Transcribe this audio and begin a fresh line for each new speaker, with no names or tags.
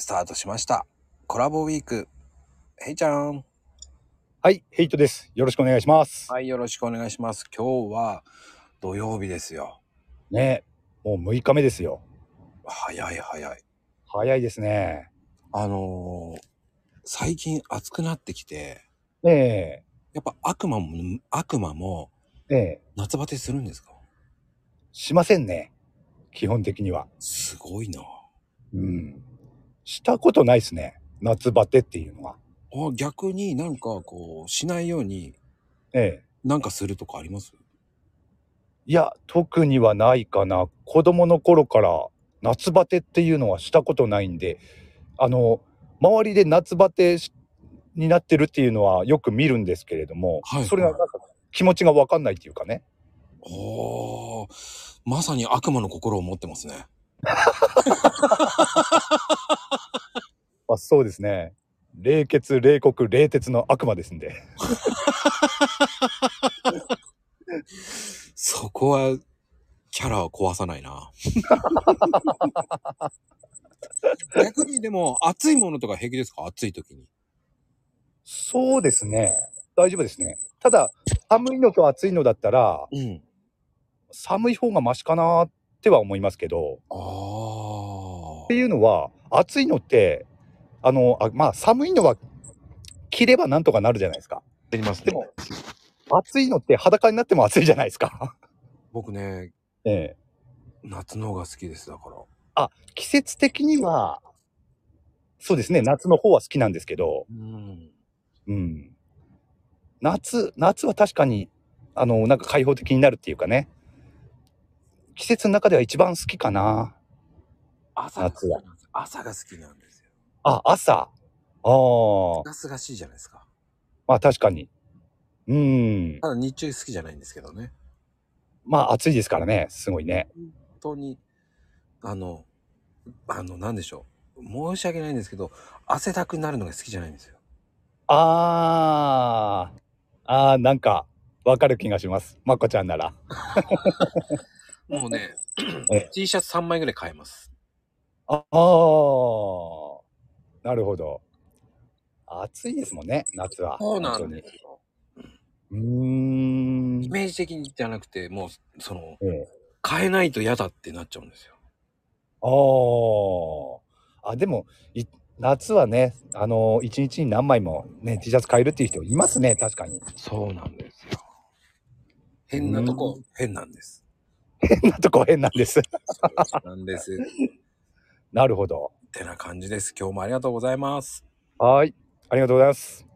スタートしました。コラボウィーク。ヘイちゃん。
はい、ヘイトです。よろしくお願いします。
はい、よろしくお願いします。今日は土曜日ですよ。
ねもう6日目ですよ。
早い早い。
早いですね。
あのー最近暑くなってきて、
ね
やっぱ悪魔も、悪魔も
え、ねえ、
夏バテするんですか
しませんね。基本的には。
すごいな。
うん。したことないですね。夏バテっていうのは。
あ逆になんかこう、しないように
ええ。
なんかするとかあります
いや、特にはないかな。子供の頃から夏バテっていうのはしたことないんで、あの、周りで夏バテしになってるっていうのはよく見るんですけれども、
はい
それがなんか気持ちがわかんないっていうかね。
おー、まさに悪魔の心を持ってますね。
まあ、そうですね。冷血、冷酷、冷徹の悪魔ですんで。
そこは、キャラを壊さない な。逆にでも、暑いものとか平気ですか暑い時に。
そうですね。大丈夫ですね。ただ、寒いのと暑いのだったら、
うん。
寒い方がマシかなっては思いますけど、
ああ
って。いうのは、暑いのって、あの、あまあ、寒いのは着ればなんとかなるじゃないですか。
できます
でも、暑いのって裸になっても暑いじゃないですか。
僕ね、
ええ。
夏の方が好きです、だから。
季節的には、そうですね、夏の方は好きなんですけど、
うん。
うん。夏、夏は確かに、あの、なんか開放的になるっていうかね。季節の中では一番好きかな。
朝が好き
夏
な
は
んですよ。朝が好きなんですよ。
あ、朝。ああ。
ガスがしいじゃないですか。
まあ確かに。うん。
ただ日中好きじゃないんですけどね。
まあ暑いですからね。すごいね。
本当に、あの、あの、なんでしょう。申し訳ないんですけど、汗だくになるのが好きじゃないんですよ。
あー。あー、なんか、わかる気がします。まこちゃんなら。
もうね
え、
T シャツ3枚ぐらい買えます。
あー。なるほど。暑いですもんね、夏は。
そうなん
本
ですよ。
当に。うーん
イ。メージ的にじゃなくて、もう、その、
ええ
買えないと嫌だってなっちゃうんですよ。
ああ。あ、でも、い夏はね、あのー、一日に何枚もね、T シャツ買えるっていう人いますね、確かに。
そうなんですよ。変なとこ、変なんです。
変なとこ変なんで
そ
す。
うなんです。っ
なるほど。
てな感じです。今日もありがとうございます。
はーい。ありがとうございます。